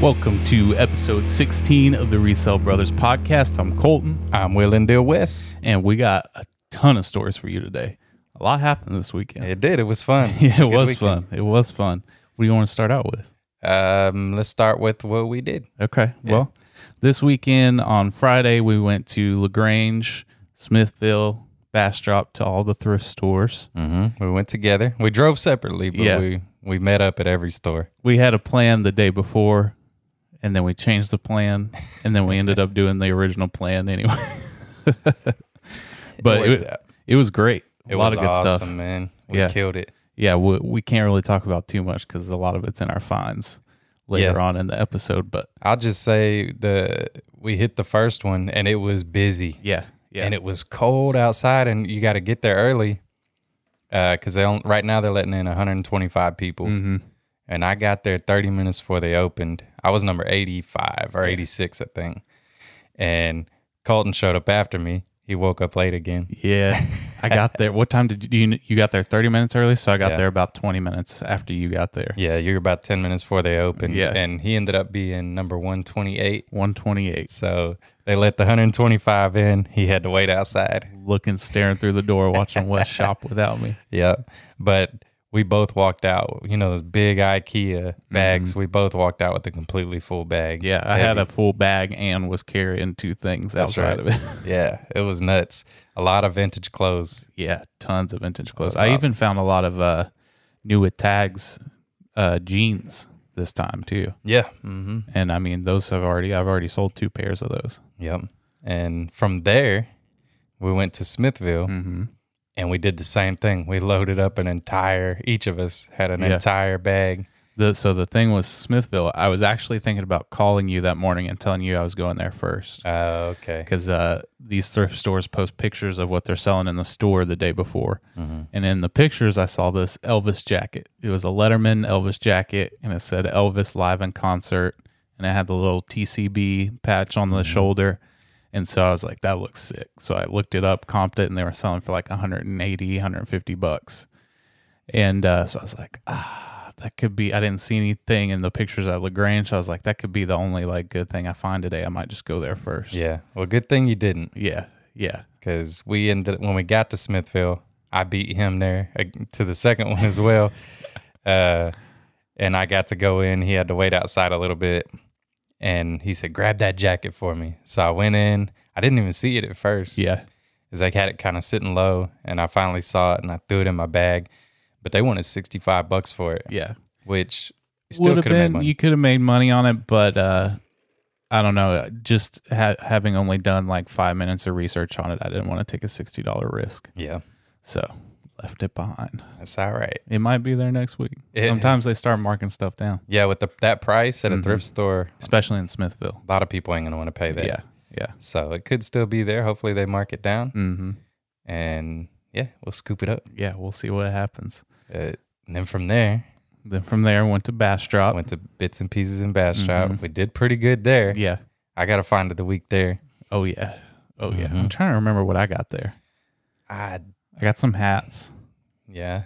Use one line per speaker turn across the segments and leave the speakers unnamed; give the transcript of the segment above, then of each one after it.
Welcome to episode 16 of the Resell Brothers podcast. I'm Colton,
I'm Willendale West.
and we got a ton of stories for you today. A lot happened this weekend.
It did. It was fun.
Yeah, it
Good
was
weekend.
fun. It was fun. What do you want to start out with?
Um, let's start with what we did.
Okay. Well, this weekend on Friday, we went to LaGrange, Smithville, Bastrop to all the thrift stores.
We went together. We drove separately, but
Mm-hmm. Yeah.
we we met up at every store.
We had a plan the day before, and then we changed the plan, and then we ended up doing the original plan anyway. but
worked
it,
out.
it was great.
It
a lot
was
of good
awesome,
stuff.
man. We
Yeah.
killed it.
Yeah, we, we can't really talk about too much because a lot of it's in our finds later
Yeah.
on in the episode. But
I'll just say the we hit the first one and it was busy.
yeah, yeah,
And it was cold outside, and you got to get there early because they don't. Right now, they're letting in 125 people,
Mm-hmm.
and I got there 30 minutes before they opened. I was number 85 or 86, I think. And Colton showed up after me. He woke up late again.
yeah. I got there. What time did you, you? You got there thirty minutes early, so I got
Yeah.
there about twenty minutes after you got there.
Yeah, you're about 10 minutes before they opened.
Yeah.
and he ended up being number 128.
One twenty-eight.
So they let the 125 in. He had to wait outside.
Looking, staring through the door, watching West shop without me.
Yeah. But we both walked out, you know, those big IKEA bags. We both walked out with a completely full bag.
Yeah, I had a full bag and was carrying two things outside
right.
of it.
Yeah. It was nuts. A lot of vintage clothes.
yeah, tons of vintage clothes. I even found a lot of uh, new with tags uh, jeans this time too.
Yeah. Mm-hmm.
And I mean, those have already, I've already sold two pairs of those.
Yep. And from there, we went to Smithville and we did the same thing. We loaded up an entire, each of us had an
Yeah.
entire bag.
The, so the thing was Smithville. I was actually thinking about calling you that morning and telling you I was going there first
Oh, okay.
because uh, these thrift stores post pictures of what they're selling in the store the day before. And in the pictures, I saw this Elvis jacket. It was a Letterman Elvis jacket and it said Elvis live in concert. And it had the little TCB patch on the shoulder. And so I was like, that looks sick. So I looked it up, comped it, and they were selling for like 180, 150 bucks. And uh, so I was like, ah, that could be. I didn't see anything in the pictures at Lagrange. So I was like, that could be the only like good thing I find today. I might just go there first.
Yeah. Well, good thing you didn't
yeah, yeah.
because we ended, when we got to Smithville, I beat him there uh, to the second one as well. uh, and I got to go in. He had to wait outside a little bit. And he said, grab that jacket for me. So I went in. I didn't even see it at first.
yeah.
is I had it kind of sitting low, and I finally saw it, and I threw it in my bag. But they wanted sixty five bucks for it,
Yeah.
which still
Would
could
have
have made
been
money.
you could have made money on it, but uh I don't know. Just ha- having only done like five minutes of research on it, I didn't want to take a sixty dollar risk,
yeah,
so left it behind.
that's all right.
It might be there next week.
It-
Sometimes they start marking stuff down,
Yeah, with the, that price at
Mm-hmm.
a thrift store,
especially in Smithville.
a lot of people ain't gonna want to pay that.
Yeah, yeah.
so it could still be there. Hopefully, they mark it down,
Mm-hmm.
and yeah, we'll scoop it up.
Yeah, we'll see what happens.
Uh, and then from there,
Then from there, went to
I
Bastrop.
went to Bits and Pieces and Bass Shop. We did pretty good there.
yeah.
I gotta find it the week there.
Oh yeah. Oh yeah.
Mm-hmm.
I'm trying to remember what I got there.
I
I got some hats.
yeah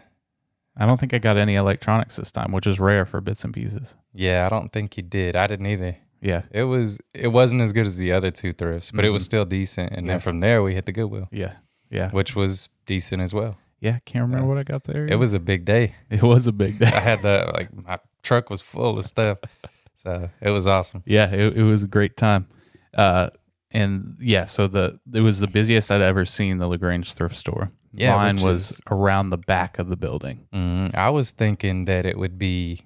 I don't think I got any electronics this time, which is rare for bits and pieces.
yeah. I don't think you did. I didn't either.
Yeah.
It was it wasn't as good as the other two thrifts, but it was still decent. And then from there we hit the Goodwill,
Yeah. Yeah.
which was decent as well.
Yeah. Can't remember what I got there.
It was a big day.
it was a big
I
day.
had the like my truck was full of stuff. So it was awesome.
yeah. It, it was a great time. Uh, and yeah, so the it was the busiest I'd ever seen the Lagrange thrift store.
Yeah,
Mine
which
was
is-
around the back of the building.
Mm, I was thinking that it would be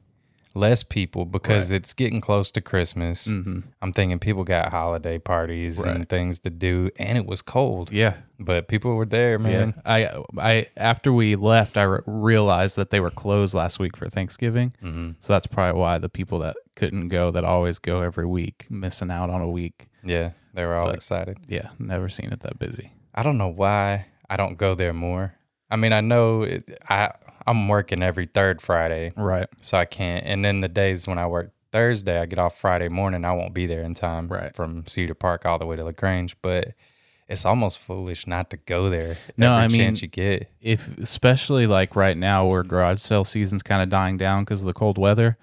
less people because it's getting close to Christmas. I'm thinking people got holiday parties and things to do, and it was cold.
Yeah.
But people were there,
Yeah.
man.
I I after we left, I re- realized that they were closed last week for Thanksgiving. Mm-hmm. So that's probably why the people that couldn't go, that always go every week, missing out on a week.
Yeah, they were all excited.
Yeah, never seen it that busy.
I don't know why I don't go there more. I mean, I know it, I I'm working every third Friday,
Right.
so I can't. And then the days when I work Thursday, I get off Friday morning. I won't be there in time
Right.
from Cedar Park all the way to Lagrange. But it's almost foolish not to go there.
No,
every
I mean-
chance you get.
if especially like right now where garage sale season's kind of dying down because of the cold weather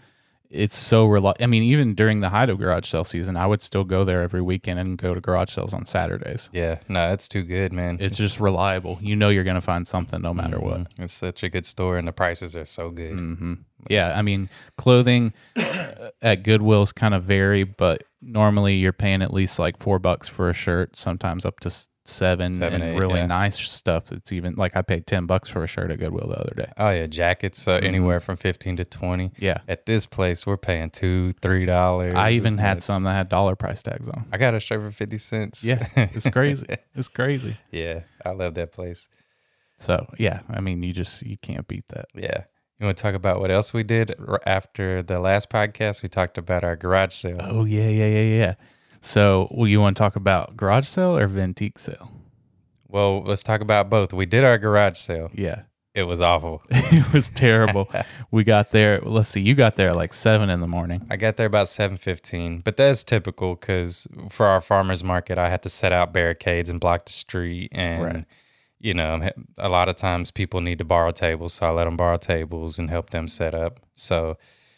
it's so rel. I mean, even during the height of garage sale season, I would still go there every weekend and go to garage sales on Saturdays.
Yeah, no, it's too good, man.
It's just reliable. You know you're going to find something no matter what. Mm.
It's such a good store, and the prices are so good. Mm-hmm.
Yeah, I mean, clothing uh, at Goodwill's kind of vary, but normally you're paying at least like four bucks for a shirt, sometimes up to s- seven,
Seven,
and
eight,
really
yeah.
nice stuff. It's even like I paid ten bucks for a shirt at Goodwill the other day.
Oh yeah, jackets uh,
Mm-hmm.
anywhere from fifteen to twenty.
Yeah.
At this place, we're paying two, three dollars.
I
It's
even had
nuts.
some that had dollar price tags on.
I got a shirt for fifty cents.
Yeah, it's crazy. it's crazy.
yeah. I love that place.
So yeah, I mean, you just you can't beat that.
Yeah. You want to talk about what else we did r- after the last podcast? We talked about our garage sale.
Oh yeah, yeah, yeah, yeah. So, well, you want to talk about garage sale or Ventique sale?
Well, let's talk about both. We did our garage sale.
Yeah,
It was awful.
it was terrible. we got there. Let's see, you got there at like seven in the morning.
I got there about seven fifteen, but that's typical because for our farmers market, I had to set out barricades and block the street, and
Right.
you know, a lot of times people need to borrow tables, so I let them borrow tables and help them set up. So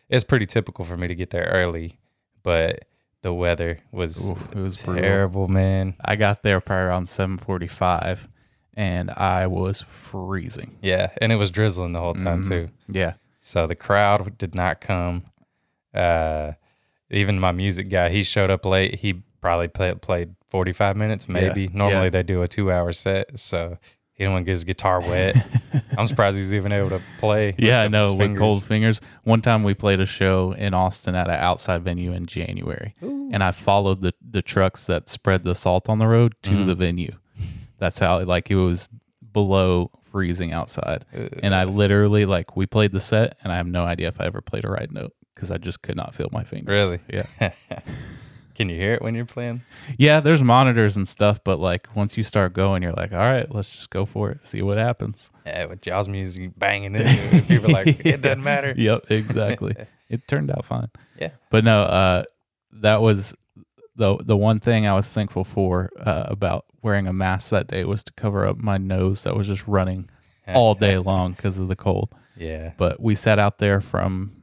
it's pretty typical for me to get there early, but the weather was
Oof, it was brutal.
terrible, man.
I got there probably around seven forty-five, and I was freezing.
Yeah, and it was drizzling the whole time
Mm-hmm.
too.
Yeah,
So the crowd did not come. Uh, even my music guy, he showed up late. He probably played played 45 minutes, maybe.
Yeah,
Normally
yeah.
they do a two hour set. So he didn't want to get his guitar wet. I'm surprised he was even able to play.
yeah, I
lift up
know.
his
With
fingers.
cold fingers. One time we played a show in Austin at an outside venue in January, and I followed the the trucks that spread the salt on the road to
Mm-hmm.
the venue. That's how like it was below freezing outside, and
Uh.
I literally like we played the set, and I have no idea if I ever played a right note because I just could not feel my fingers.
Really?
Yeah.
Can you hear it when you're playing?
Yeah, there's monitors and stuff, but like once you start going, you're like, all right, let's just go for it, see what happens.
Yeah, with y'all's music banging in. there, People are like, it doesn't matter.
Yep, exactly. it turned out fine.
Yeah.
But no, uh, that was the the one thing I was thankful for uh, about wearing a mask that day was to cover up my nose that was just running all day long because of the cold.
Yeah.
But we sat out there from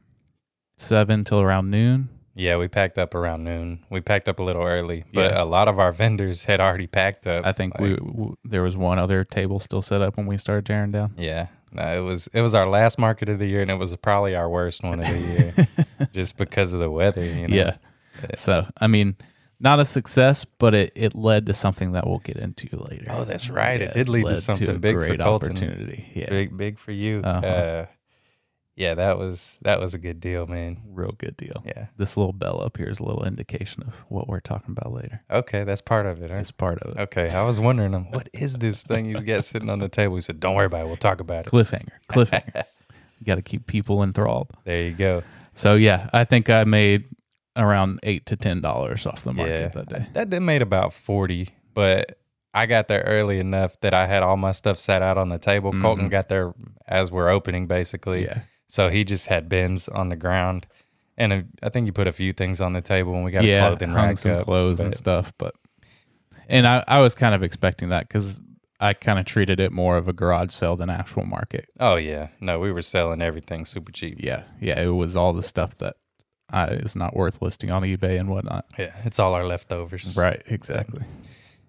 seven till around noon.
Yeah, we packed up around noon. We packed up a little early, but
Yeah.
a lot of our vendors had already packed up.
I think we, w there was one other table still set up when we started tearing down.
Yeah, no, it was it was our last market of the year, and it was probably our worst one of the year, just because of the weather. You know?
Yeah. So I mean, not a success, but it, it led to something that we'll get into later.
Oh, that's right.
Yeah,
it did lead
led
to something
a
big
great
for Colton.
opportunity. Yeah,
Big, big for you. uh
Uh-huh.
yeah, that was that was a good deal, man.
real good deal.
Yeah.
This little bell up here is a little indication of what we're talking about later.
Okay, that's part of it. Huh?
It's part of it.
Okay, I was wondering, um, what is this thing he's got sitting on the table? He said, "Don't worry about it. We'll talk about it."
Cliffhanger. Cliffhanger. you got to keep people enthralled.
There you go.
So yeah, I think I made around eight to ten dollars off the market
Yeah.
that day.
That did made about 40, but I got there early enough that I had all my stuff set out on the table. Colton got there as we're opening, basically.
Mm-hmm. Yeah.
So he just had bins on the ground. And uh, I think you put a few things on the table and we got a
yeah,
clothing
hung
rack
some
up.
clothes and
but-
stuff. But and I, I was kind of expecting that because I kind of treated it more of a garage sale than actual market.
Oh, yeah. No, we were selling everything super cheap.
Yeah, yeah, it was all the stuff that uh, is not worth listing on eBay and whatnot.
Yeah. It's all our leftovers.
Right, exactly.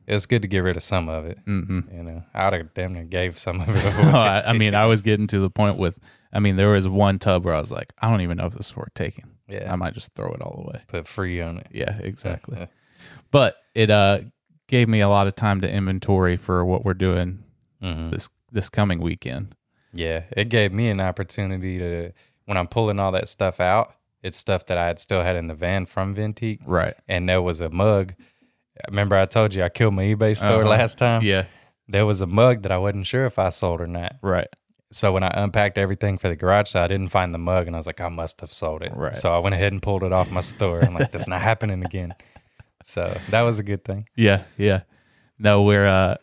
It's good to get rid of some of it.
Mm-hmm.
You know, I'd have damn near gave some of it
Oh,
away.
I, I mean, I was getting to the point with, I mean, there was one tub where I was like, I don't even know if this is worth taking.
yeah.
I might just throw it all away.
put free on it.
Yeah, exactly. but it uh, gave me a lot of time to inventory for what we're doing
Mhm.
this this coming weekend.
Yeah, it gave me an opportunity to when I'm pulling all that stuff out. It's stuff that I had still had in the van from Ventique,
Right.
and there was a mug. Remember, I told you I killed my eBay store
Uh-huh.
last time.
Yeah.
There was a mug that I wasn't sure if I sold or not.
Right.
So when I unpacked everything for the garage sale, I didn't find the mug, and I was like, I must have sold it.
Right.
So I went ahead and pulled it off my store. I'm like, that's not happening again. So that was a good thing.
Yeah, yeah. No, we're uh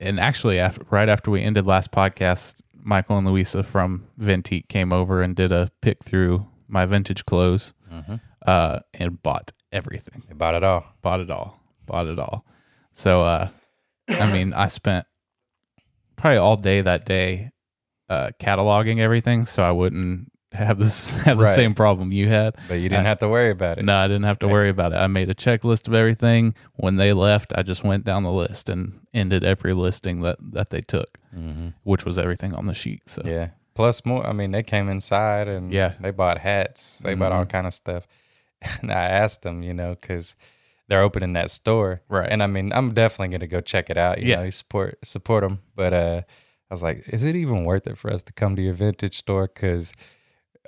and actually after, right after we ended last podcast, Michael and Luisa from Ventique came over and did a pick through my vintage clothes uh and bought everything.
I bought it all.
Bought it all. Bought it all. So uh I mean, I spent probably all day that day uh cataloging everything so I wouldn't have this have the
Right.
same problem you had.
But you didn't have to worry about it.
No, I didn't have to worry about it. I made a checklist of everything. When they left, I just went down the list and ended every listing that that they took, which was everything on the sheet. So
Yeah. Plus more. I mean, they came inside and
Yeah. Mm-hmm.
they bought hats. They bought all kind of stuff. And I asked them, you know, because they're opening that store,
Right.
And I mean, I'm definitely gonna go check it out. You
Yeah.
know, you support support them. But uh, I was like, is it even worth it for us to come to your vintage store? Because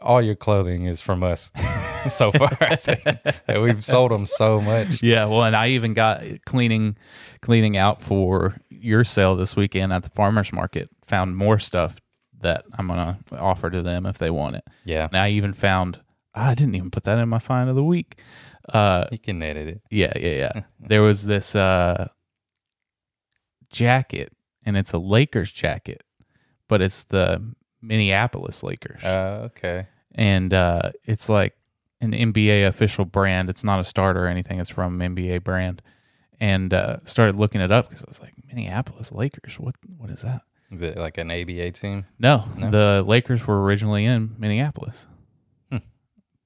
all your clothing is from us so far. I think that we've sold them so much.
Yeah, well, and I even got cleaning cleaning out for your sale this weekend at the farmers market. Found more stuff that I'm gonna offer to them if they want it.
Yeah,
And I even found I didn't even put that in my find of the week. Uh,
you can edit it.
yeah, yeah,
Hmm.
yeah. there was this uh, jacket, and it's a Lakers jacket, but it's the Minneapolis Lakers
Uh, okay.
and uh, it's like an NBA official brand. It's not a starter or anything. It's from NBA brand, and uh, started looking it up because I was like Minneapolis Lakers. What what is that?
Is it like an ABA team?
No,
No.
the Lakers were originally in Minneapolis,
Hmm.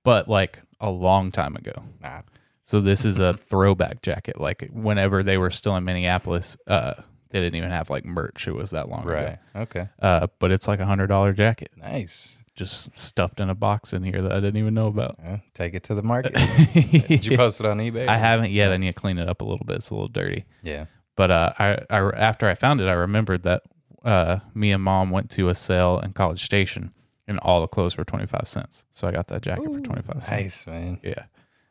but like a long time ago.
Nah,
So this is a throwback jacket. Like whenever they were still in Minneapolis, uh, they didn't even have like merch. It was that long ago.
right. Okay.
Uh, but it's like a hundred dollar jacket,
Nice.
just stuffed in a box in here that I didn't even know about.
Yeah, take it to the market. Did you post it on eBay?
I haven't yet. I need to clean it up a little bit. It's a little dirty.
Yeah.
But uh, I, I after I found it, I remembered that uh, me and mom went to a sale in College Station, and all the clothes were twenty five cents. So I got that jacket for twenty five cents.
Nice, man.
Yeah,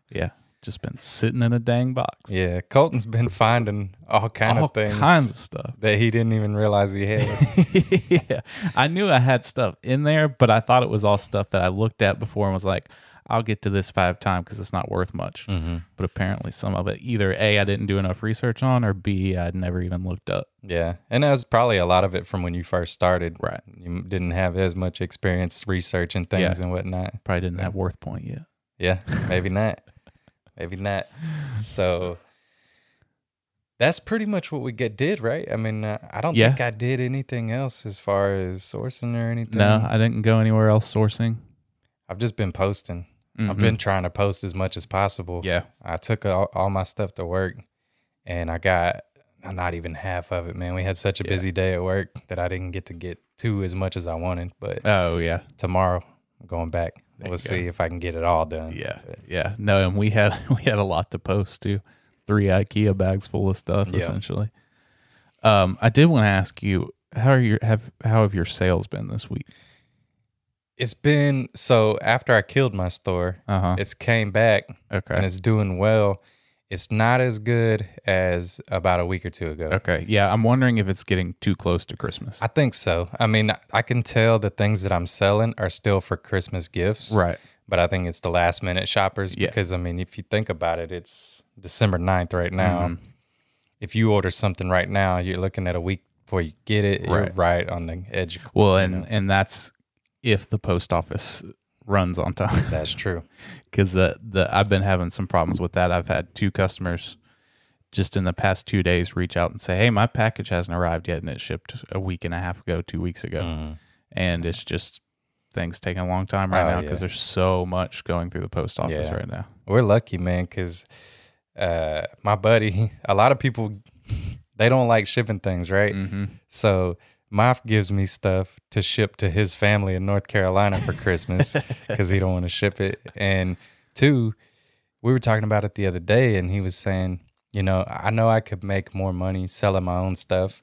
yeah. Just been sitting in a dang box.
Yeah. Colton's been finding all kind
all
of things
kinds of stuff.
that he didn't even realize he had.
yeah, I knew I had stuff in there, but I thought it was all stuff that I looked at before and was like, "I'll get to this five times because it's not worth much." But apparently, some of it either a I didn't do enough research on, or b I'd never even looked up.
yeah. And that was probably a lot of it from when you first started.
Right.
You didn't have as much experience researching things and whatnot.
Probably didn't have worth point yet.
Yeah. Maybe not. Maybe not. So that's pretty much what we get did, right? I mean, uh, I don't
Yeah.
think I did anything else as far as sourcing or anything.
No, I didn't go anywhere else sourcing.
I've just been posting. I've
Mm-hmm.
been trying to post as much as possible.
Yeah.
I took all, all my stuff to work and I got not even half of it, man. We had such a busy day at work that I didn't get to get to as much as I wanted. But
Oh yeah,
tomorrow, I'm going back.
you go.
we'll see if I can get it all done.
yeah, yeah. No, and we had we had a lot to post too. Three IKEA bags full of stuff,
Yeah.
essentially. Um, I did want to ask you how are your have how have your sales been this week?
It's been so after I killed my store,
Uh huh.
it's came back and
Okay.
it's doing well. It's not as good as about a week or two ago.
Okay. Yeah, I'm wondering if it's getting too close to Christmas.
I think so. I mean, I can tell the things that I'm selling are still for Christmas gifts.
right.
but I think it's the last minute shoppers
Yeah.
because I mean, if you think about it, it's December 9th right now.
Mm-hmm.
If you order something right now, you're looking at a week before you get it. You're
Right.
right on the edge.
Well, and and that's if the post office runs on time.
That's true.
because the, the I've been having some problems with that. I've had two customers just in the past two days reach out and say, "Hey, my package hasn't arrived yet, and it shipped a week and a half ago, two weeks ago, and it's just things taking a long time right
Mm. Oh,
now
yeah.
because there's so much going through the post office
Yeah.
right now."
We're lucky, man, because uh, my buddy, a lot of people, they don't like shipping things, right? So Moff gives me stuff to ship to his family in North Carolina for Christmas because he don't want to ship it. And two, we were talking about it the other day, and he was saying, you know, I know I could make more money selling my own stuff,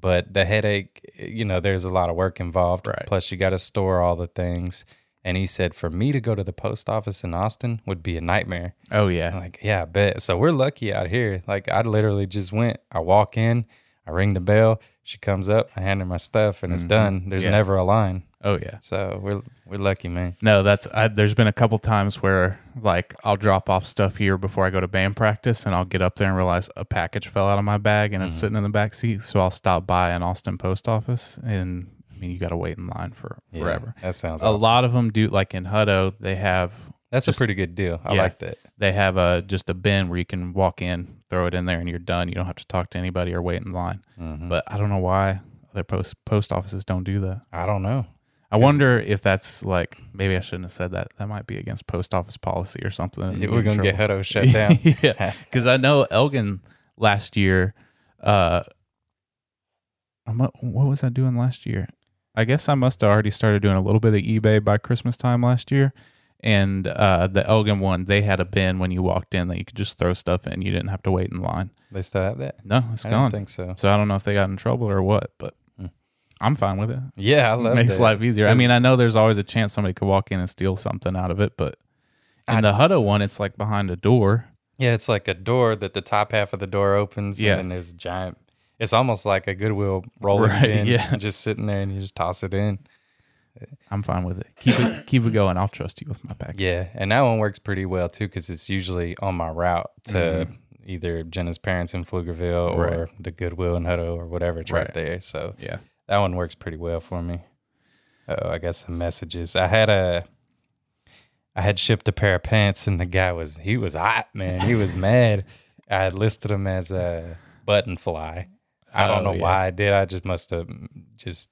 but the headache, you know, there's a lot of work involved.
Right.
Plus, you got to store all the things. And he said, for me to go to the post office in Austin would be a nightmare.
Oh yeah,
I'm like, yeah, I bet. So we're lucky out here. Like, I literally just went, I walk in, I ring the bell, she comes up, I hand her my stuff, and it's done. There's
Mm-hmm. Yeah.
never a line.
oh yeah.
So we're we're lucky, man.
No, that's I, there's been a couple times where like I'll drop off stuff here before I go to band practice, and I'll get up there and realize a package fell out of my bag and it's sitting in the back seat. So I'll stop by an Austin post office, and I mean you got to wait in line for
Yeah,
forever.
That sounds.
A
awesome.
lot of them do like in Hutto, they have
That's a pretty good deal. I
yeah.
like that.
they have a just a bin where you can walk in, throw it in there, and you're done. You don't have to talk to anybody
Mm.
Mm-hmm. or wait in line. But I don't know why other post post offices don't do that.
I don't know.
I wonder if that's like maybe I shouldn't have said that. That might be against post office policy or something. and
We're
get in
gonna get
trouble.
Hutto shut down.
yeah, because I know Elgin last year. Uh, I'm, what was I doing last year? I guess I must have already started doing a little bit of eBay by Christmas time last year. And uh, the Elgin one, they had a bin when you walked in that you could just throw stuff in. You didn't have to wait in line.
They still have that.
No, it's
I
gone.
don't think so.
So I don't know if they got in trouble or what, but
Hmm.
I'm fine with it.
Yeah, I love
Makes
that.
life easier. I
Because-
mean, I know there's always a chance somebody could walk in and steal something out of it, but in
I-
the Hutto one, it's like behind a door.
Yeah, it's like a door that the top half of the door opens.
Yeah.
and then there's a giant. It's almost like a Goodwill rolling
Right,
bin,
yeah.
just sitting there, and you just toss it in.
I'm fine with it. Keep it keep it going. I'll trust you with my package.
Yeah, and that one works pretty well too because it's usually on my route to either Jenna's parents in Pflugerville or
Right.
the Goodwill in Hutto or whatever. It's right,
Right.
there, so
Yeah.
that one works pretty well for me. Oh, I got some messages. I had a, I had shipped a pair of pants, and the guy was he was hot, man. He was mad. I had listed him as a button fly. I don't
Oh,
know
yeah.
why I did. I just must have just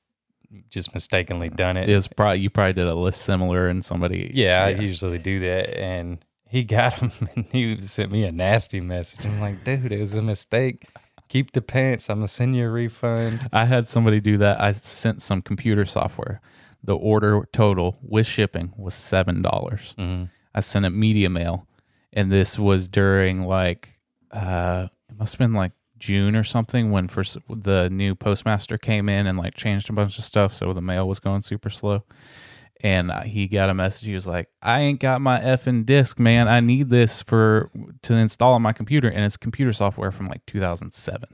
just mistakenly done it.
It was probably you probably did a list similar and somebody
Yeah, I usually do that. And he got him and he sent me a nasty message. I'm like, dude, it was a mistake. Keep the pants. I'm going to send you a refund.
I had somebody do that. I sent some computer software. The order total with shipping was seven dollars. I sent it media mail, and this was during like uh, it must have been like June or something when for the new postmaster came in and like changed a bunch of stuff, so the mail was going super slow. And I- he got a message. He was like, "I ain't got my effing disc, man. I need this for to install on my computer, and it's computer software from like 2007.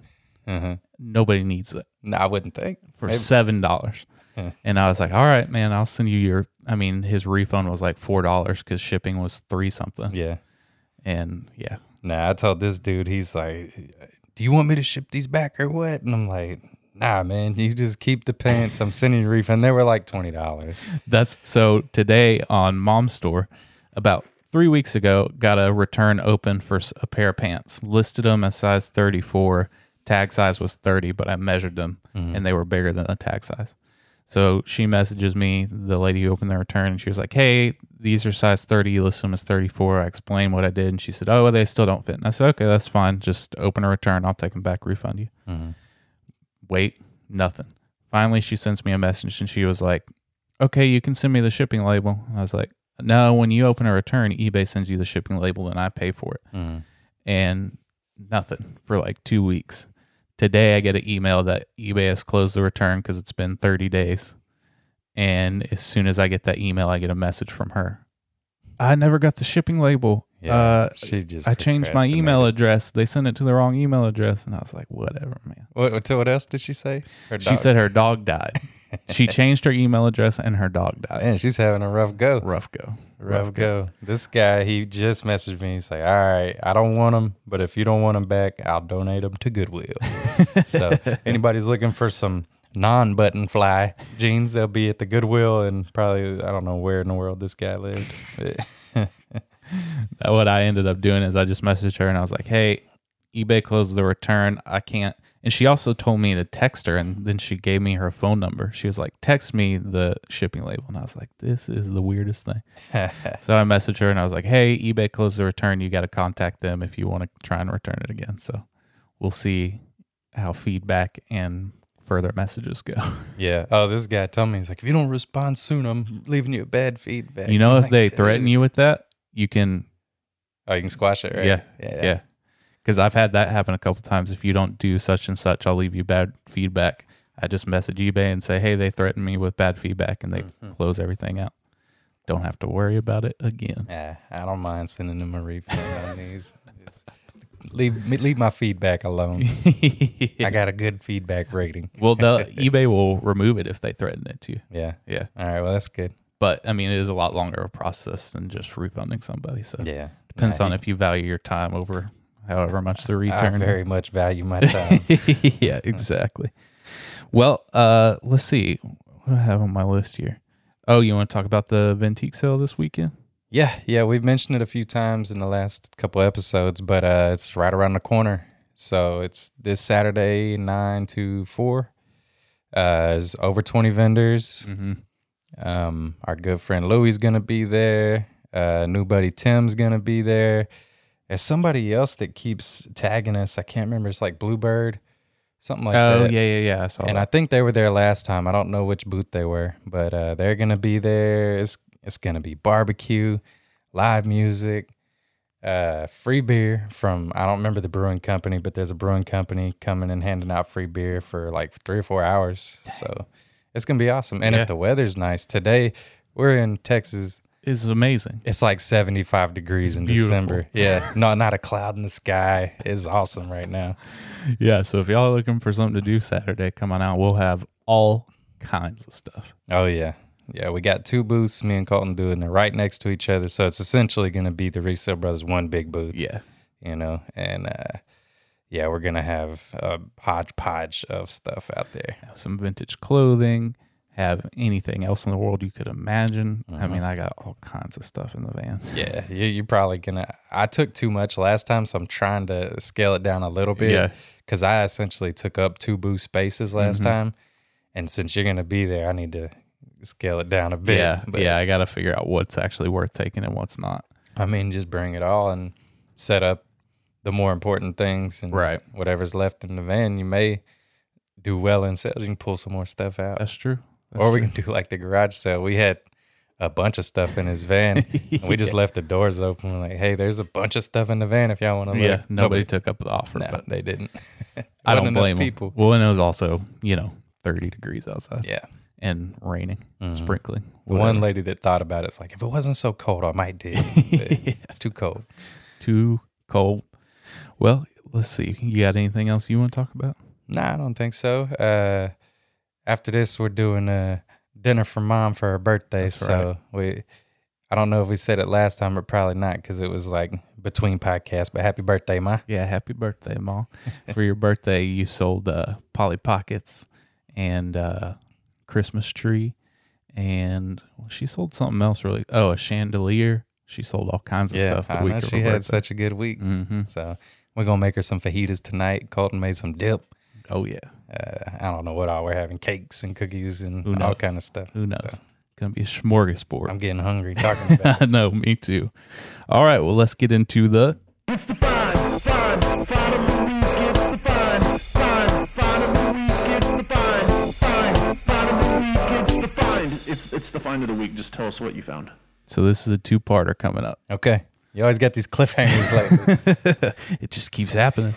hmm
Nobody needs it."
No, I wouldn't think.
for
Maybe-
seven dollars.
Yeah.
And I was like, all right, man, I'll send you your. I mean, his refund was like four dollars because shipping was three something.
Yeah.
And yeah,
Nah, I told this dude, he's like, do you want me to ship these back or what? And I'm like, nah, man, you just keep the pants. I'm sending you a refund. They were like $20.
that's so today on Mom's Store, about three weeks ago, got a return open for s- a pair of pants. Listed them as size 34. Tag size was 30, but I measured them and they were bigger than the tag size. So she messages me, the lady who opened the return, and she was like, Hey, these are size 30. You list them as 34. I explained what I did, and she said, Oh, well, they still don't fit. And I said, Okay, that's fine. Just open a return. I'll take them back, refund you.
Mm-hmm.
Wait, nothing. Finally, she sends me a message and she was like, Okay, you can send me the shipping label. And I was like, No, when you open a return, eBay sends you the shipping label and I pay for it
Mm.
and nothing for like two weeks. Today, I get an email that eBay has closed the return because it's been 30 days. And as soon as I get that email, I get a message from her. I never got the shipping label.
Yeah.
uh,
she just
I changed my email
procrastinated.
address. They sent it to the wrong email address. And I was like, whatever, man.
What, to what else did she say? Her
She
dog-
said her dog died. she changed her email address and her dog died.
man, Oh, she's having a rough go.
Rough go.
Rough go. This guy, he just messaged me. He's like, "All right, I don't want them, but if you don't want them back, I'll donate them to Goodwill." so, anybody's looking for some non-button fly jeans, they'll be at the Goodwill, and probably I don't know where in the world this guy lived.
Uh, what I ended up doing is I just messaged her and I was like, "Hey, eBay closed the return. I can't." And she also told me to text her, and then she gave me her phone number. She was like, "Text me the shipping label," and I was like, "This is the weirdest thing." so I messaged her and I was like, "Hey, eBay closed the return. You got to contact them if you want to try and return it again." So we'll see how feedback and further messages go.
yeah. Oh, this guy told me he's like, "If you don't respond soon, I'm leaving you a bad feedback."
you know,
I'm
if
like,
they
Oh "Dude."
threaten you with that, you can
oh, you can squash it, right?
Yeah.
yeah,
Yeah. Because I've had that happen a couple times. If you don't do such and such, I'll leave you bad feedback. I just message eBay and say, hey, they threatened me with bad feedback and they
Mm-hmm.
close everything out. Don't have to worry about it again.
Yeah, I don't mind sending them a refund on these. Just leave me- leave my feedback alone. I got a good feedback rating.
well, the eBay will remove it if they threaten it to you.
Yeah.
Yeah.
All right. Well, that's good.
But I mean, it is a lot longer of a process than just refunding somebody. So
Yeah.
depends on if you value your time over however much the
I
return is.
very much value my time.
yeah, exactly. Well, uh, let's see. What do I have on my list here? Oh, you want to talk about the Ventique sale this weekend?
yeah. Yeah. We've mentioned it a few times in the last couple episodes, but uh, it's right around the corner. So it's this Saturday, 9 to 4. Uh, there's over 20 vendors.
Mm-hmm.
Um, our good friend Louie's gonna be there. Uh, new buddy Tim's gonna be there. There's somebody else that keeps tagging us. I can't remember. It's like Bluebird, something like
oh
that.
yeah, yeah, yeah. I saw
And I
that.
think they were there last time. I don't know which booth they were, but uh, they're gonna be there. It's it's gonna be barbecue, live music, uh, free beer from I don't remember the brewing company, but there's a brewing company coming and handing out free beer for like three or four hours. So it's gonna be awesome. And
Yeah.
if the weather's nice today, we're in Texas.
it's amazing.
It's like 75 degrees in
beautiful.
December. Yeah, no, not a cloud in the sky. It's awesome right now.
Yeah. So if y'all are looking for something to do Saturday, come on out. We'll have all kinds of stuff.
Oh yeah. Yeah, we got two booths, me and Colton do, and they're right next to each other. So it's essentially gonna be the resale brothers one big booth,
Yeah.
you know. And uh yeah, we're gonna have a hodgepodge of stuff out there.
Have some vintage clothing. Have anything else in the world you could imagine. I mean, I got all kinds of stuff in the van.
Yeah, you, you're probably gonna. I took too much last time, so I'm trying to scale it down a little bit.
Yeah.
because I essentially took up two booth spaces last
Mm-hmm.
time, and since you're gonna be there, I need to scale it down a bit.
Yeah. yeah. I got to figure out what's actually worth taking and what's not.
I mean, just bring it all and set up the more important things and
Right.
whatever's left in the van. You may do well in sales. You can pull some more stuff out,
That's true. That's
or we can do like the garage sale. We had a bunch of stuff in his van. and we just left the doors open. We're like, hey, there's a bunch of stuff in the van if y'all want to.
Yeah, nobody, took up the offer,
no,
but
they didn't.
I
Wasn't
don't
enough
blame 'em.
people.
Well, and it was also you know thirty degrees outside
Yeah.
and raining, sprinkling.
The one lady that thought about it's like, if it wasn't so cold, I might do. It's too cold.
too cold. Well, let's see. You got anything else you want to talk about?
Nah, I don't think so. Uh, after this, we're doing a dinner for mom for her birthday. so we, I don't know if we said it last time, but probably not because it was like between podcasts. But happy birthday, ma!
Yeah, happy birthday, Ma. For your birthday, you sold uh, Polly Pockets and uh, Christmas tree, and well, she sold something else really. Oh, a chandelier. She sold all kinds of stuff the
I
week
know
of her
she had
birthday. Mm-hmm.
such a good week. So we're gonna make her some fajitas tonight. Colton made some dip.
oh yeah.
Uh, I don't know what all we're having cakes and cookies and
Who
all
knows?
kind of stuff.
Who knows? Gonna be a smorgasbord.
I'm getting hungry talking about. it.
I know, me too. All right, well, let's get into the.
It's, it's the find of the week. Just tell us what you found.
So this is a two-parter coming up.
Okay, you always got these cliffhangers lately.
It just keeps happening.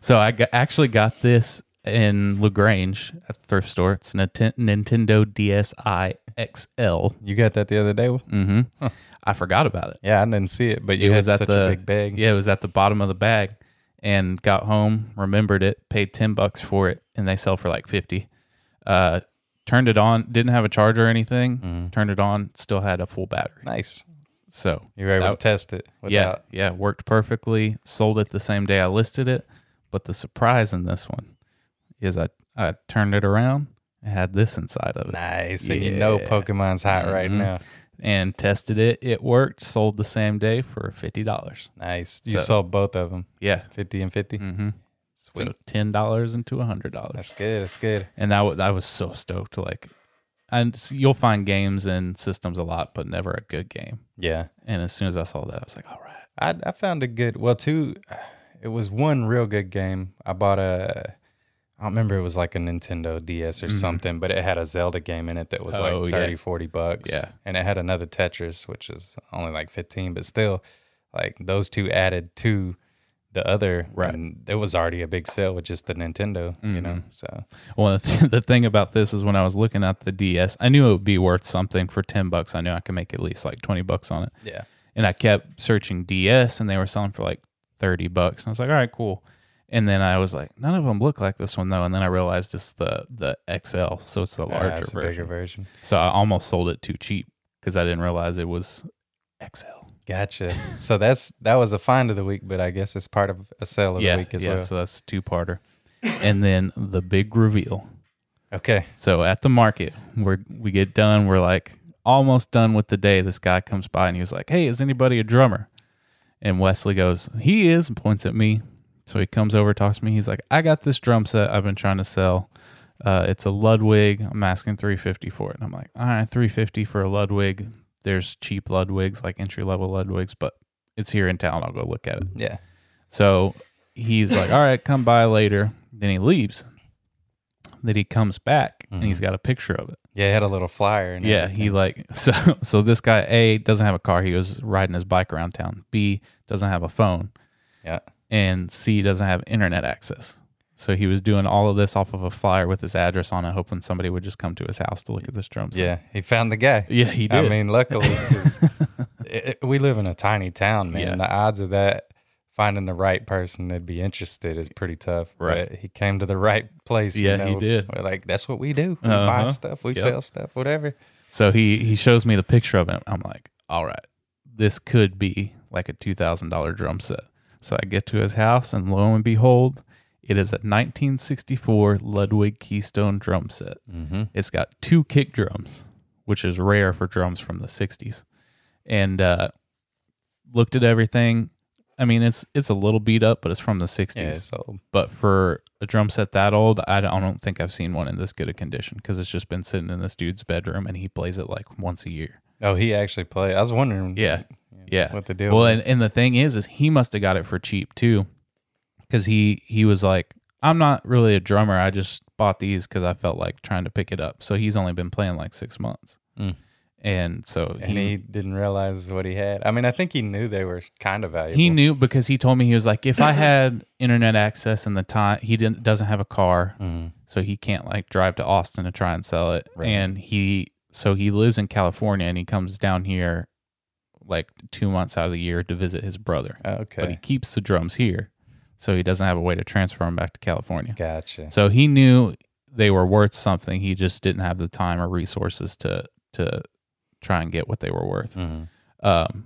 So I got, actually got this in Lagrange at the thrift store. It's a Nintendo DSi XL.
you got that the other day.
I forgot about it.
Yeah, I didn't see it, but Mm-hmm. you
It
had
was at
such
the
a big bag.
Yeah, it was at the bottom of the bag, and got home, remembered it, paid ten bucks for it, and they sell for like fifty. Uh, turned it on, didn't have a charger or anything.
Mm-hmm.
Turned it on, still had a full battery.
Nice.
So
You were able to
That-
test it without.
Yeah, yeah, worked perfectly. Sold it the same day I listed it. But the surprise in this one is I, I turned it around and had this inside of it
Nice. And you know
Yeah. Mm-hmm.
Pokemon's hot right now.
and tested it. It worked. Sold the same day for fifty dollars.
Nice. You
So-
sold both of them,
Yeah,
50 and 50.
Mhm.
Sweet.
so ten dollars into a hundred dollars,
That's good. That's good.
and I was I was so stoked. Like, and s- you'll find games and systems a lot, but never a good game.
Yeah.
And as soon as I saw that, I was like, all right,
I, I found a good, well, two, it was one real good game. I bought a, I don't remember it was like a Nintendo DS or something, but it had a Zelda game in it that was
Mm-hmm. Oh,
like
yeah.
30, 40 bucks.
Yeah.
And it had another Tetris, which is only like 15, but still, like those two added to the other.
Right. Mm-hmm.
And it was already a big sale with just the Nintendo, you know? So,
Well, the the thing about this is when I was looking at the DS, I knew it would be worth something for 10 bucks. I knew I could make at least like 20 bucks on it.
yeah.
And I kept searching DS and they were selling for like 30 bucks. And I was like, all right, cool. And then I was like, none of them look like this one though. And then I realized it's the, the XL. So it's the larger
That's a
version.
bigger version.
So I almost sold it too cheap because I didn't realize it was XL.
Gotcha. so that's that was a find of the week, but I guess it's part of a sale of
yeah.
the week as
yeah.
well.
So that's two parter. and then the big reveal.
Okay.
So at the market, we we get done. We're like almost done with the day. This guy comes by and he was like, "Hey, is anybody a drummer?" And Wesley goes, "He is," and points at me. So he comes over, talks to me. He's like, "I got this drum set I've been trying to sell. Uh, it's a Ludwig. I'm asking 350 for it, and I'm like, all right, 350 for a Ludwig. There's cheap Ludwigs, like entry level Ludwigs, but it's here in town. I'll go look at it.
Yeah.
So he's like, all right, come by later. Then he leaves. Then he comes back and he's got a picture of it.
Yeah, it had a little flyer. And
Mm-hmm. Yeah,
everything.
he like so so this guy A doesn't have a car. He was riding his bike around town. B doesn't have a phone
yeah.
and C doesn't have internet access. So he was doing all of this off of a flyer with his address on it, hoping somebody would just come to his house to look at this drum set.
Yeah, he found the guy.
Yeah, he did.
I mean, luckily, 'cause it, it- we live in a tiny town, man.
Yeah.
The odds of that finding the right person that'd be interested is pretty tough.
Right.
But he came to the right place. you
Yeah, he
know.
did.
We're like, that's what we do. We buy
Uh-huh.
stuff, we
Yep.
sell stuff, whatever.
So he he shows me the picture of it. I'm like, all right, this could be like a two thousand dollar drum set. So I get to his house, and lo and behold, it is a 1964 Ludwig Keystone drum set.
Mm-hmm.
It's got two kick drums, which is rare for drums from the 60s. And uh, looked at everything. I mean, it's it's a little beat up, but it's from the 60s.
Yeah, so
But for a drum set that old, I don't, I don't think I've seen one in this good a condition because it's just been sitting in this dude's bedroom and he plays it like once a year.
oh, he actually played. I was wondering.
Yeah. Yeah.
What the deal
Well,
was.
and, and the thing is, is he must have got it for cheap too, because he he was like, I'm not really a drummer. I just bought these because I felt like trying to pick it up. So he's only been playing like six months,
Mm.
and so
and he
Mm-hmm.
didn't realize what he had. I mean, I think he knew they were kind of valuable.
He knew because he told me he was like, if I had internet access in the time, he didn't doesn't have a car,
Mm-hmm.
so he can't like drive to Austin to try and sell it.
Right.
And he so he lives in California and he comes down here like two months out of the year to visit his brother, but he
Okay.
keeps the drums here, so he doesn't have a way to transfer them back to California.
Gotcha.
So he knew they were worth something. He just didn't have the time or resources to to try and get what they were worth.
Mm-hmm.
Um,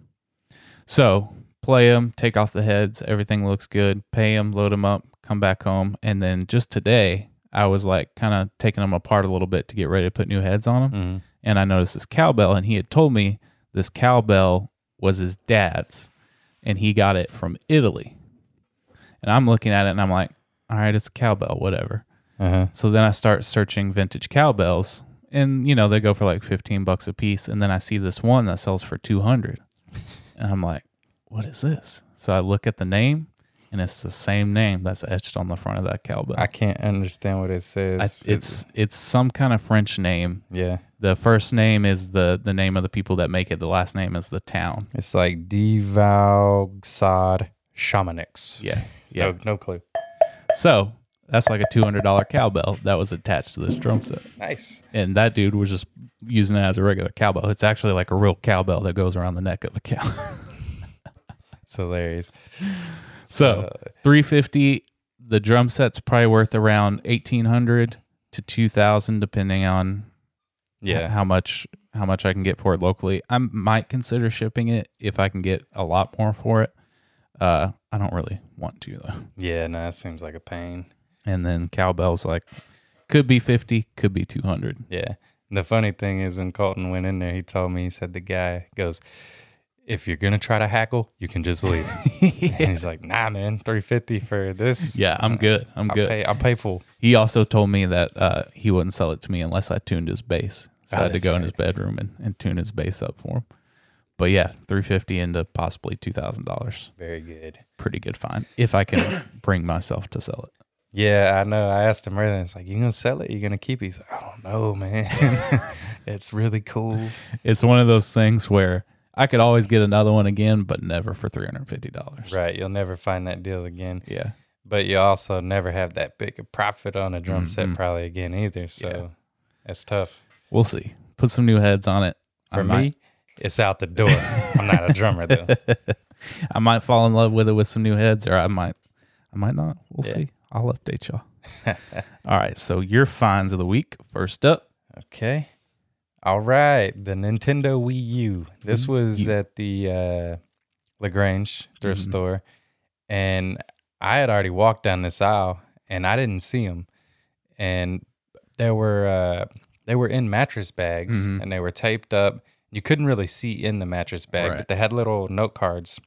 so play them, take off the heads, everything looks good. Pay them, load them up, come back home, and then just today I was like kind of taking them apart a little bit to get ready to put new heads on them,
Mm-hmm.
and I noticed this cowbell, and he had told me this cowbell was his dad's, and he got it from Italy, and I'm looking at it and I'm like, all right, it's a cowbell, whatever.
Uh-huh.
So then I start searching vintage cowbells, and you know they go for like fifteen bucks a piece. And then I see this one that sells for two hundred, and I'm like, "What is this?" So I look at the name, and it's the same name that's etched on the front of that cowbell.
I can't understand what it says.
I, it's it's some kind of French name.
yeah.
The first name is the the name of the people that make it. The last name is the town.
It's like Devalgsad Shamanix.
Yeah, yeah.
No, no clue.
So that's like a two hundred dollar cowbell that was attached to this drum set.
Nice.
and that dude was just using it as a regular cowbell. It's actually like a real cowbell that goes around the neck of a cow.
It's hilarious.
so
Uh,
three fifty, the drum set's probably worth around eighteen hundred to two thousand, depending on
Yeah.
how much how much I can get for it locally. I might consider shipping it if I can get a lot more for it. Uh, I don't really want to though.
Yeah, no, that seems like a pain.
And then cowbells like could be fifty, could be two hundred.
Yeah. And the funny thing is when Colton went in there, he told me, he said the guy goes, If you're gonna try to hackle, you can just leave. And he's like, nah man, three fifty for this.
Yeah, I'm good. I'm
I'll
good.
Uh, pay I'll pay full.
He also told me that uh, he wouldn't sell it to me unless I tuned his bass. So
Oh,
I had to
that's
go in his bedroom and, and tune his bass up for him. But yeah, three fifty into possibly two thousand dollars.
Very good.
Pretty good find if I can bring myself to sell it.
Yeah, I know. I asked him earlier. It's like, you gonna sell it? You gonna keep it? He's like, I don't know, man. it's really cool.
It's one of those things where I could always get another one again, but never for three hundred fifty dollars.
Right. You'll never find that deal again.
Yeah,
but you also never have that big a profit on a drum set probably again either. So that's tough.
we'll see. Put some new heads on it. I
For
might-
me, it's out the door. I'm not a drummer though.
I might fall in love with it with some new heads, or I might, I might not. We'll
Yeah.
see. I'll update y'all. All right. So your finds of the week. First up,
Okay. All right. The Nintendo Wii U. This was at the uh, LaGrange thrift store. And I had already walked down this aisle and I didn't see them. And there were uh, they were in mattress bags and they were taped up. You couldn't really see in the mattress bag,
Right.
but they had little note cards.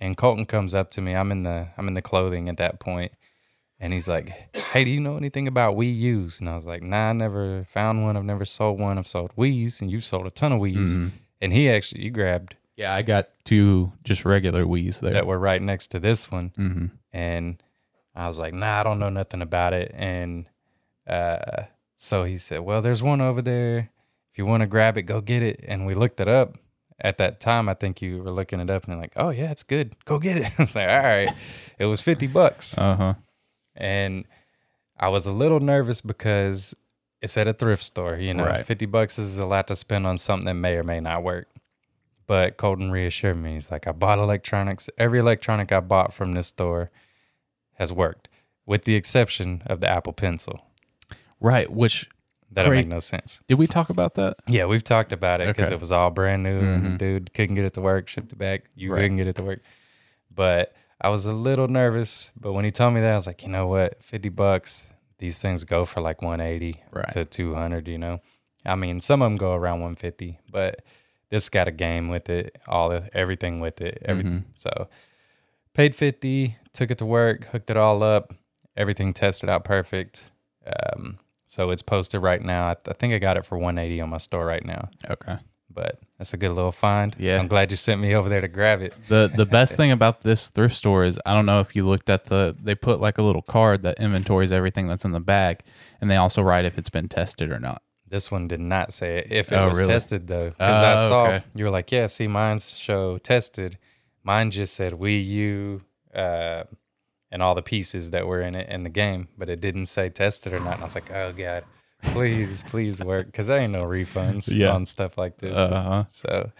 And Colton comes up to me. I'm in the I'm in the clothing at that point. And he's like, Hey, do you know anything about Wii U's? And I was like, Nah, I never found one. I've never sold one. I've sold Wii's, and you've sold a ton of Wii's. And he actually, you grabbed
Yeah, I got two just regular Wii's there. Mm-hmm.
that were right next to this one. And I was like, Nah, I don't know nothing about it. And uh, so he said, Well, there's one over there. If you want to grab it, go get it. And we looked it up. At that time, I think you were looking it up and you're like, Oh, yeah, it's good. Go get it. I was like, All right. It was 50 bucks.
Uh huh.
and I was a little nervous because it's at a thrift store. You know,
Right.
fifty bucks is a lot to spend on something that may or may not work. But Colton reassured me. He's like, I bought electronics. Every electronic I bought from this store has worked, with the exception of the Apple Pencil.
Right. Which
That'll
Great.
make no sense.
did we talk about that?
Yeah, we've talked about it because
Okay. Mm-hmm.
it was all brand new. And dude couldn't get it to work, shipped it back. You
Right.
couldn't get it to work. But I was a little nervous. But when he told me that, I was like, you know what? 50 bucks, these things go for like 180
Right.
to 200, you know? I mean, some of them go around 150, but this got a game with it, all the, everything with it, everything.
Mm-hmm.
So paid 50, took it to work, hooked it all up, everything tested out perfect. Um, so it's posted right now. I, I think I got it for 180 on my store right now
Okay.
but that's a good little find.
Yeah.
I'm glad you sent me over there to grab it.
the The best thing about this thrift store is I don't know if you looked at the they put like a little card that inventories everything that's in the bag, and they also write if it's been tested or not.
This one did not say it. If it
Oh,
was
really?
tested though, because I
Oh,
saw
okay.
you were like, yeah, see, mine's show tested. Mine just said Wii U uh, and all the pieces that were in it in the game, but it didn't say tested or not. And I was like, oh god, please, please work, because there ain't no refunds
Yeah.
on stuff like this.
Uh-huh.
So,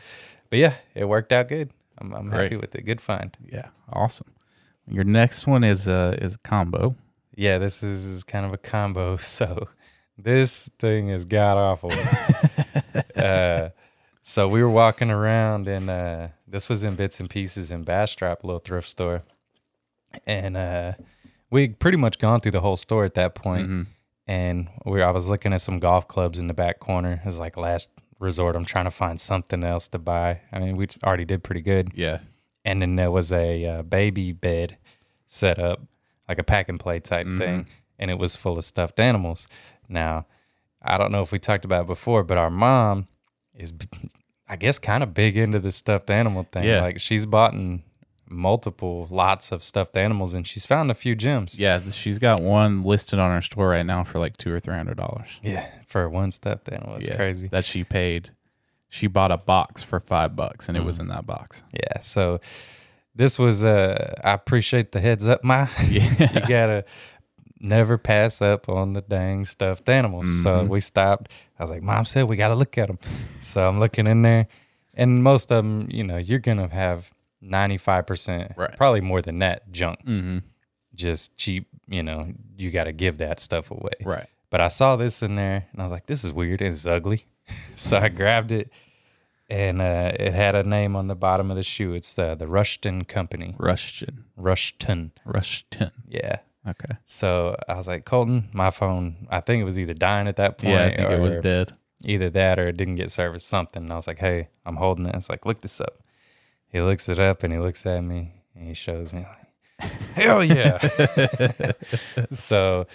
but yeah, it worked out good. I'm, I'm happy
Great.
with it. Good find.
Yeah. Awesome. Your next one is uh is a combo.
yeah, this is kind of a combo. So this thing is god awful. uh, so we were walking around, and uh, this was in bits and pieces in Bastrop, little thrift store, and uh, we'd pretty much gone through the whole store at that point. And we, I was looking at some golf clubs in the back corner. It was like last resort. I'm trying to find something else to buy. I mean, we already did pretty good
Yeah.
and then there was a uh, baby bed set up like a pack and play type
Mm-hmm.
thing and it was full of stuffed animals now i don't know if we talked about it before but our mom is b- i guess kind of big into the stuffed animal thing
Yeah.
like she's bought multiple lots of stuffed animals and she's found a few gems
Yeah. She's got one listed on her store right now for like two or three hundred dollars.
yeah for one stuffed animal it's
Yeah,
crazy
that she paid. She bought a box for five bucks, and it
Mm.
was in that box.
Yeah. So this was uh I appreciate the heads up, my you gotta never pass up on the dang stuffed animals. So we stopped. I was like, Mom said we gotta look at them. so I'm looking in there, and most of them, you know, you're gonna have 95%,
Right.
probably more than that, junk. Just cheap, you know, you gotta give that stuff away.
Right.
But I saw this in there and I was like, this is weird and it's ugly. so I grabbed it and uh, it had a name on the bottom of the shoe. It's uh, the Rushton Company.
Rushton.
Rushton.
Rushton.
Yeah.
Okay.
So I was like, Colton, my phone, I think it was either dying at that point
Yeah, I think it was
or
dead.
either that or it didn't get service something. And I was like, hey, I'm holding it. It's like, look this up. He looks it up and he looks at me and he shows me like, hell yeah. so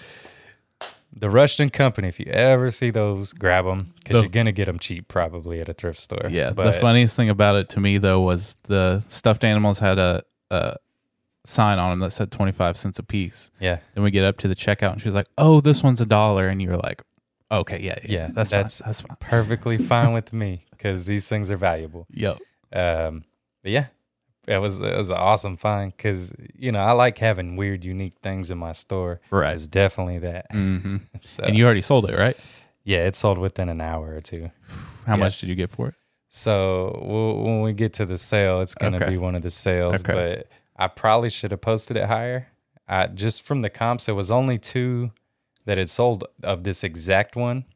the Rushton Company, if you ever see those, grab them because
The-
you're going to get them cheap probably at a thrift store.
Yeah.
But
the funniest thing about it to me though was the stuffed animals had a, a sign on them that said twenty five cents a piece.
yeah,
Then we get up to the checkout, and she's like, "Oh, this one's a dollar," and you're like, "Okay, yeah, yeah,
Yeah,
that's
that's-
that's that's fine."
perfectly fine with me because these things are valuable.
Yep.
Um, but yeah, it was it was an awesome find because you know I like having weird, unique things in my store.
Right.
It's definitely that.
hmm
So
And you already sold it, right?
yeah, it sold within an hour or two.
How much did you get for it?
So we'll, when we get to the sale, it's gonna
Okay.
be one of the sales.
Okay.
But I probably should have posted it higher. I just from the comps, it was only two that had sold of this exact one.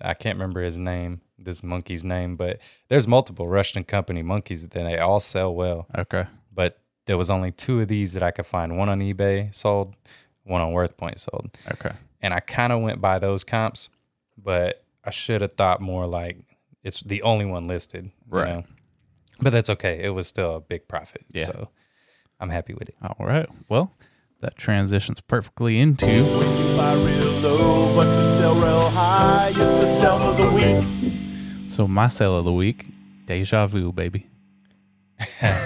I can't remember his name, this monkey's name, but there's multiple Russian company monkeys that they all sell well.
Okay.
but there was only two of these that I could find. One on eBay sold, one on WorthPoint sold.
Okay.
And I kind of went by those comps, but I should have thought more like it's the only one listed, you
Right.
know? But that's okay. It was still a big profit,
Yeah.
so I'm happy with it.
All right. Well, That transitions perfectly into
When you buy real low, but to sell real high, it's a sell of the week.
so my sale of the week, Deja Vu, baby.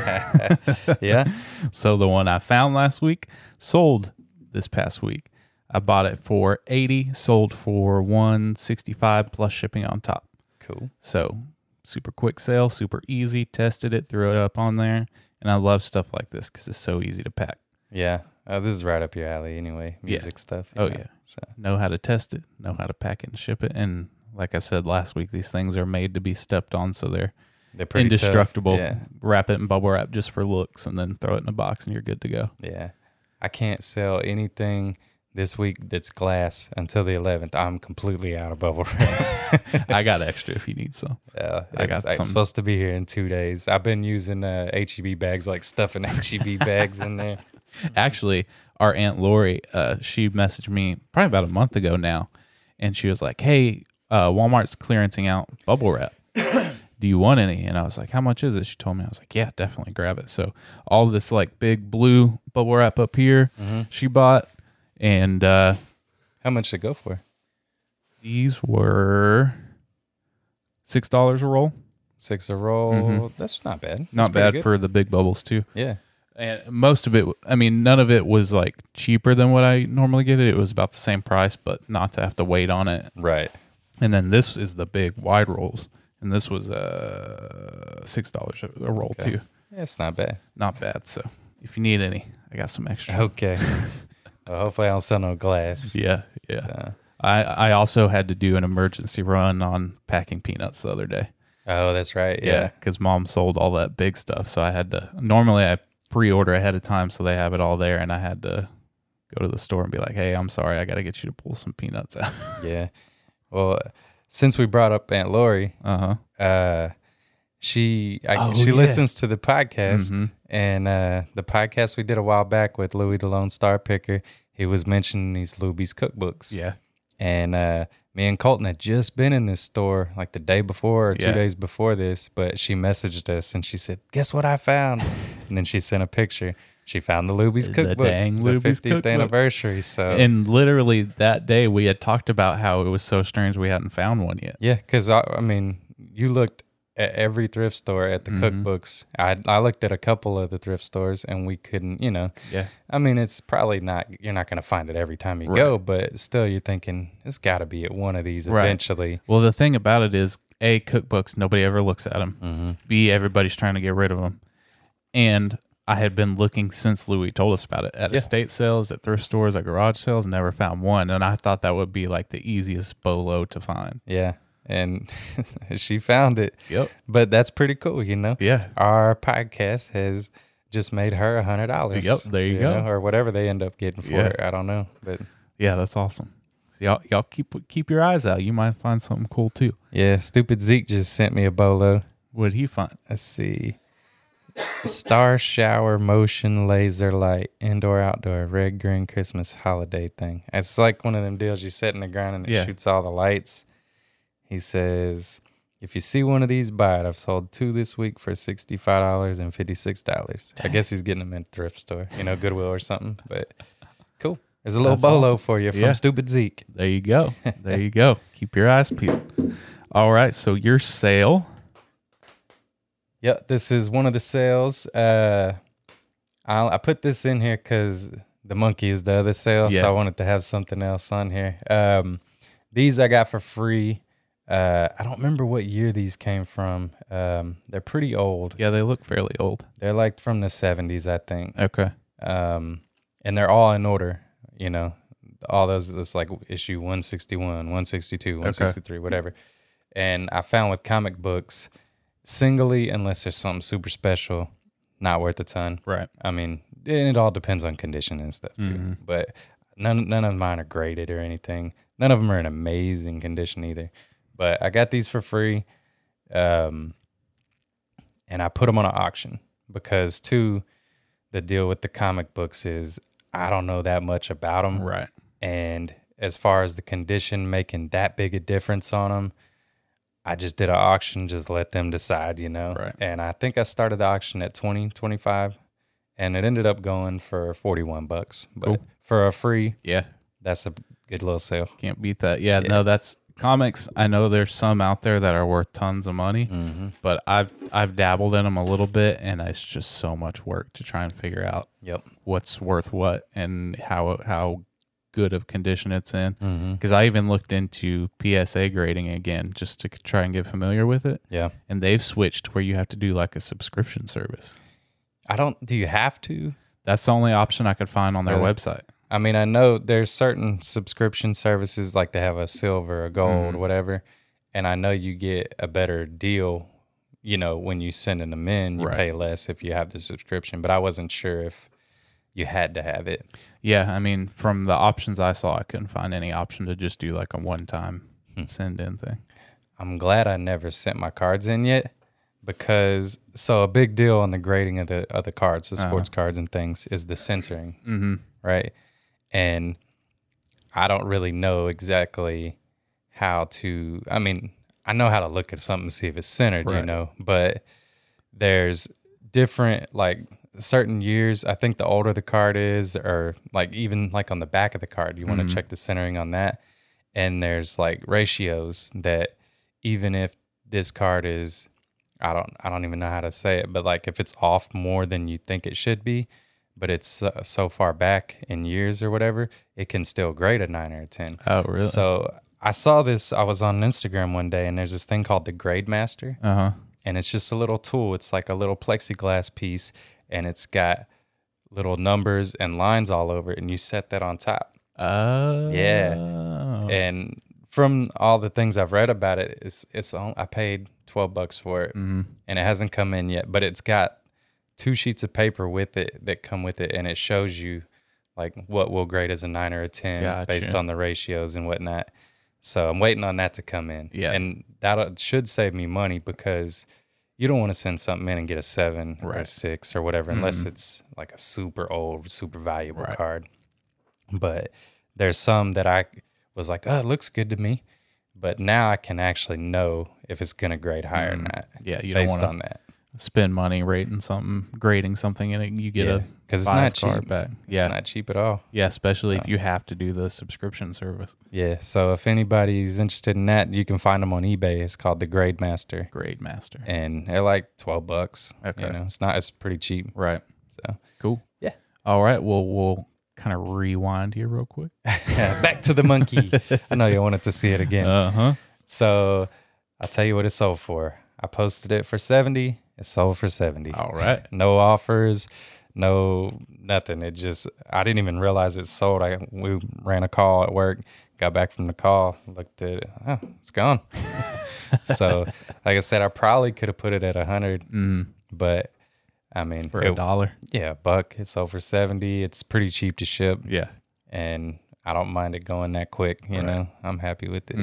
Yeah.
So the one I found last week sold this past week. I bought it for 80, sold for 165 plus shipping on top.
cool.
So super quick sale, super easy. Tested it, threw it up on there, and I love stuff like this because it's so easy to pack.
Yeah. Oh, this is right up your alley anyway. Music stuff. you
Oh,
know,
yeah.
So
Know how to test it, know how to pack it and ship it, and like I said last week, these things are made to be stepped on, so they're
they're pretty tough.
indestructible.
Yeah.
Wrap it in bubble wrap just for looks, and then throw it in a box, and you're good to go.
Yeah. I can't sell anything this week that's glass until the 11th. I'm completely out of bubble wrap.
I got extra if you need some.
Yeah,
I got
it's, it's
some.
supposed to be here in two days. I've been using uh, HEB bags, like stuffing HEB bags in there.
Mm-hmm. actually our aunt lori uh, she messaged me probably about a month ago now and she was like hey uh, walmart's clearancing out bubble wrap do you want any and i was like how much is it she told me i was like yeah definitely grab it so all this like big blue bubble wrap up here
Mm-hmm.
she bought and uh,
How much did it go for?
these were six dollars a roll
Six a roll. That's not bad. That's
Mm-hmm. not
pretty
bad
good.
for the big bubbles too
yeah.
and most of it i mean none of it was like cheaper than what i normally get it it was about the same price but not to have to wait on it
Right.
and then this is the big wide rolls and this was uh six dollars a a roll too
Yeah, it's not bad.
not bad so if you need any i got some extra
Okay. well, hopefully, I don't sell no glass.
yeah yeah
So-
i i also had to do an emergency run on packing peanuts the other day
Oh, that's right. Yeah.
yeah because mom sold all that big stuff so i had to normally i pre-order ahead of time so they have it all there and i had to go to the store and be like hey i'm sorry i gotta get you to pull some peanuts out
yeah. Well, since we brought up Aunt Lori,
uh-huh
uh, she I,
Oh,
she
yeah.
listens to the podcast,
Mhm.
and uh, the podcast we did a while back with Louis the Lone Star Picker, he was mentioning these Luby's cookbooks.
yeah
and uh, me and Colton had just been in this store like the day before or two
Yeah.
days before this, but she messaged us and she said, "Guess what I found?" and then she sent a picture. She found the Luby's
The
cookbook,
dang Luby's cookbook.
anniversary. So
and literally that day we had talked about how it was so strange we hadn't found one yet
Yeah, because I, I mean, you looked at every thrift store at the
Mm-hmm.
cookbooks. I I looked at a couple of the thrift stores, and we couldn't. You know,
yeah
I mean, it's probably not. You're not going to find it every time you go, but still, you're thinking it's got to be at one of these
Right.
eventually.
well the thing about it is a cookbooks nobody ever looks at them b everybody's trying to get rid of them and i had been looking since louis told us about it at estate sales at thrift stores at garage sales never found one and i thought that would be like the easiest bolo to find
Yeah, and she found it.
Yep.
But that's pretty cool, you know.
Yeah.
our podcast has just made her a hundred dollars.
Yep, there you go.
know, or whatever they end up getting for
Yeah.
it. I don't know, but
yeah that's awesome so y'all, y'all keep keep your eyes out you might find something cool too
yeah, stupid Zeke just sent me a bolo.
what did he find
Let's see. Star shower motion laser light indoor outdoor red green Christmas holiday thing. It's like one of them deals you set in the ground and it
Yeah.
shoots all the lights. He says, "If you see one of these, buy it. I've sold two this week for sixty five dollars and fifty six dollars. I guess he's getting them at thrift store, you know, Goodwill or something. But cool. There's a little
That's
bolo for you from
Yeah.
Stupid Zeke.
There you go. There you go. Keep your eyes peeled. All right. So your sale.
Yeah, this is one of the sales. Uh, I I put this in here because the monkey is the other sale,
Yeah.
so I wanted to have something else on here. Um, these I got for free. Uh, I don't remember what year these came from. Um, they're pretty old.
Yeah, they look fairly old.
They're like from the '70s, I think.
Okay.
Um, and they're all in order. You know, all those it's like issue 161, 162, 163, whatever. And I found with comic books, singly, unless there's something super special, not worth a ton.
Right.
I mean, and it all depends on condition and stuff too. But none none of mine are graded or anything. None of them are in amazing condition either. But I got these for free, um, and I put them on an auction because two, the deal with the comic books is I don't know that much about them,
Right.
and as far as the condition making that big a difference on them, I just did an auction, just let them decide, you know?
Right.
And I think I started the auction at 20, 25. and it ended up going for 41 bucks. But for a free,
Yeah.
that's a good little sale.
Can't beat that. Yeah, no, that's comics. I know there's some out there that are worth tons of money,
Mm-hmm.
but I've I've dabbled in them a little bit, and it's just so much work to try and figure out
Yep.
what's worth what and how how good of condition it's in. Because I even looked into PSA grading again just to c- try and get familiar with it,
Yeah.
and they've switched where you have to do like a subscription service.
I don't. Do you have to?
That's the only option I could find on their
Really?
website.
I mean, I know there's certain subscription services like they have a silver, a gold, whatever, and I know you get a better deal. You know, when you send in them in, you
Right.
pay less if you have the subscription. But I wasn't sure if you had to have it.
Yeah, I mean, from the options I saw, I couldn't find any option to just do like a one time
Hmm.
send in thing.
I'm glad I never sent my cards in yet because so a big deal on the grading of the of the cards, the sports cards and things, is the centering, mm-hmm. right? And I don't really know exactly how to. I mean, I know how to look at something and see if it's centered, you
Right.
know, but there's different like certain years i think the older the card is or like even like on the back of the card you want to check the centering on that and there's like ratios that even if this card is i don't i don't even know how to say it but like if it's off more than you think it should be but it's so, so far back in years or whatever it can still grade a 9 or a 10
Oh, really?
so i saw this i was on instagram one day and there's this thing called the grade master
uh huh.
and it's just a little tool. It's like a little plexiglass piece, and it's got little numbers and lines all over it, and you set that on top.
Oh,
Yeah.
Uh-huh.
And from all the things I've read about it, it's it's on, I paid twelve bucks for it,
Mm-hmm.
and it hasn't come in yet. But it's got two sheets of paper with it that come with it, and it shows you like what will grade as a nine or a ten based
Gotcha.
on the ratios and whatnot. So I'm waiting on that to come in,
Yeah.
and that uh, should save me money because you don't want to send something in and get a seven or a six or whatever,
Mm-hmm.
unless it's like a super old, super valuable card. But there's some that I was like, oh, it looks good to me. But now I can actually know if it's going to grade high or not
Yeah, Mm. you don't
based on
want
that.
to spend money rating something, grading something, and it- you get
Yeah.
a
'Cause it's
five
not
card
cheap.
back.
Yeah.
Yeah,
It's not cheap at all.
yeah, especially if you have to do the subscription service.
Yeah. So if anybody's interested in that, you can find them on eBay. It's called the Grade Master.
Grade master.
And they're like 12 bucks.
Okay.
You know, it's not, it's pretty cheap.
Right.
So
Cool.
Yeah.
All right. Well, we'll kind of rewind here real quick.
yeah, back to the monkey. I know you wanted to see it again.
Uh huh.
So I'll tell you what it sold for. I posted it for 70. It sold for 70.
All right.
No offers, no nothing. It just I didn't even realize it sold. I we ran a call at work, got back from the call, looked at it, oh, it's gone. so like I said, I probably could have put it at 100, but I mean,
Mm-hmm. For a
it,
dollar.
yeah, a buck. It sold for 70. It's pretty cheap to ship
Yeah.
and I don't mind it going that quick. You know, I'm happy with it.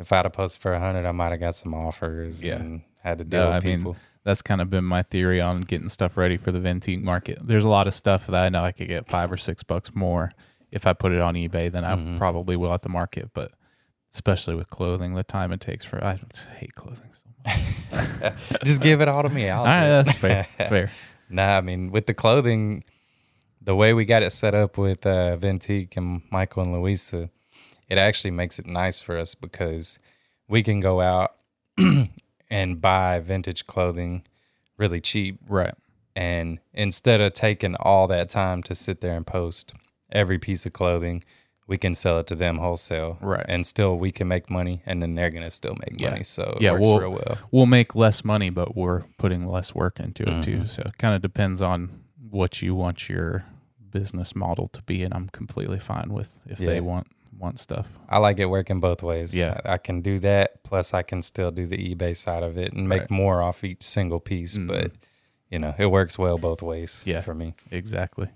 If I'd have posted for a hundred, I might have got some offers
Mm-hmm. Yeah.
and had to deal
Yeah,
with
I
people.
mean, that's kind of been my theory on getting stuff ready for the Ventique market. There's a lot of stuff that I know I could get five or six bucks more if I put it on eBay than I
Mm-hmm.
probably will at the market. But especially with clothing, the time it takes for I hate clothing so much.
Just give it all to me. I'll
All right,
do it.
that's fair. fair.
Nah, I mean, with the clothing, the way we got it set up with uh, Ventique and Michael and Luisa, it actually makes it nice for us because we can go out and buy vintage clothing really cheap
Right.
And instead of taking all that time to sit there and post every piece of clothing, we can sell it to them wholesale.
Right.
And still we can make money and then they're gonna still make money. So it
yeah,
works
we'll
real well.
we'll make less money, but we're putting less work into it
Mm-hmm.
too. So it kind of depends on what you want your business model to be, and I'm completely fine with if
Yeah.
they want want stuff.
I like it working both ways.
Yeah.
I, I can do that, plus I can still do the eBay side of it and make
Right. Mm-hmm.
more off each single piece. But you know, it works well both ways
Yeah.
for me.
Exactly.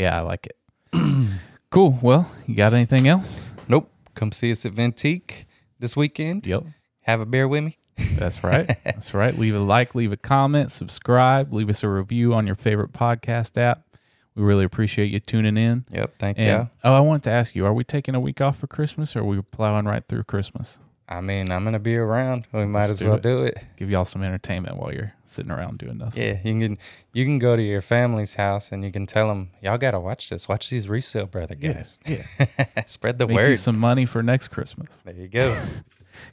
Yeah, I like it. cool. Well, you got anything else?
Nope. Come see us at Ventique this weekend.
Yep.
Have a beer with me.
That's right. That's right. Leave a like, leave a comment, subscribe, leave us a review on your favorite podcast app. We really appreciate you tuning in.
Yep. Thank
And
you.
oh, I wanted to ask you, are we taking a week off for Christmas or are we plowing right through Christmas?
I mean, I'm gonna be around. We might
Let's
as
do
well
it.
do it.
Give y'all some entertainment while you're sitting around doing nothing.
Yeah, you can you can go to your family's house and you can tell them y'all gotta watch this. Watch these resale brother guys. Yeah, spread the
Make you
word.
some money for next Christmas.
there you go.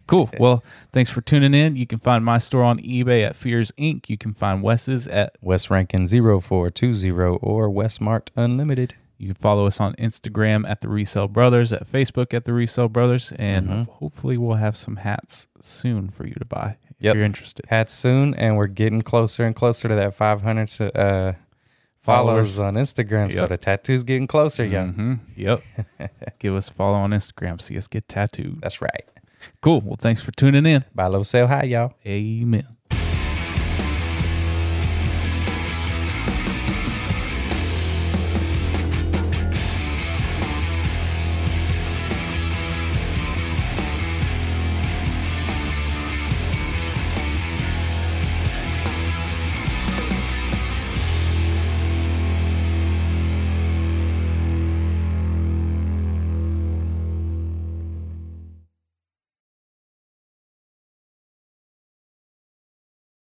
Cool. Well, thanks for tuning in. You can find my store on eBay at Fears Inc. You can find Wes's at
West Rankin 0420 or Westmarked Unlimited.
you can follow us on Instagram at the Resell Brothers, at Facebook at the Resell Brothers, and hopefully we'll have some hats soon for you to buy if
Yep.
you're interested.
Hats soon, and we're getting closer and closer to that 500 so- uh, followers. on Instagram. So
Yep.
the tattoo's getting closer, young.
hmm Yep. Give us a follow on Instagram. See us get tattooed.
That's right.
Cool. Well, thanks for tuning in.
Buy low, sell high, y'all.
Amen.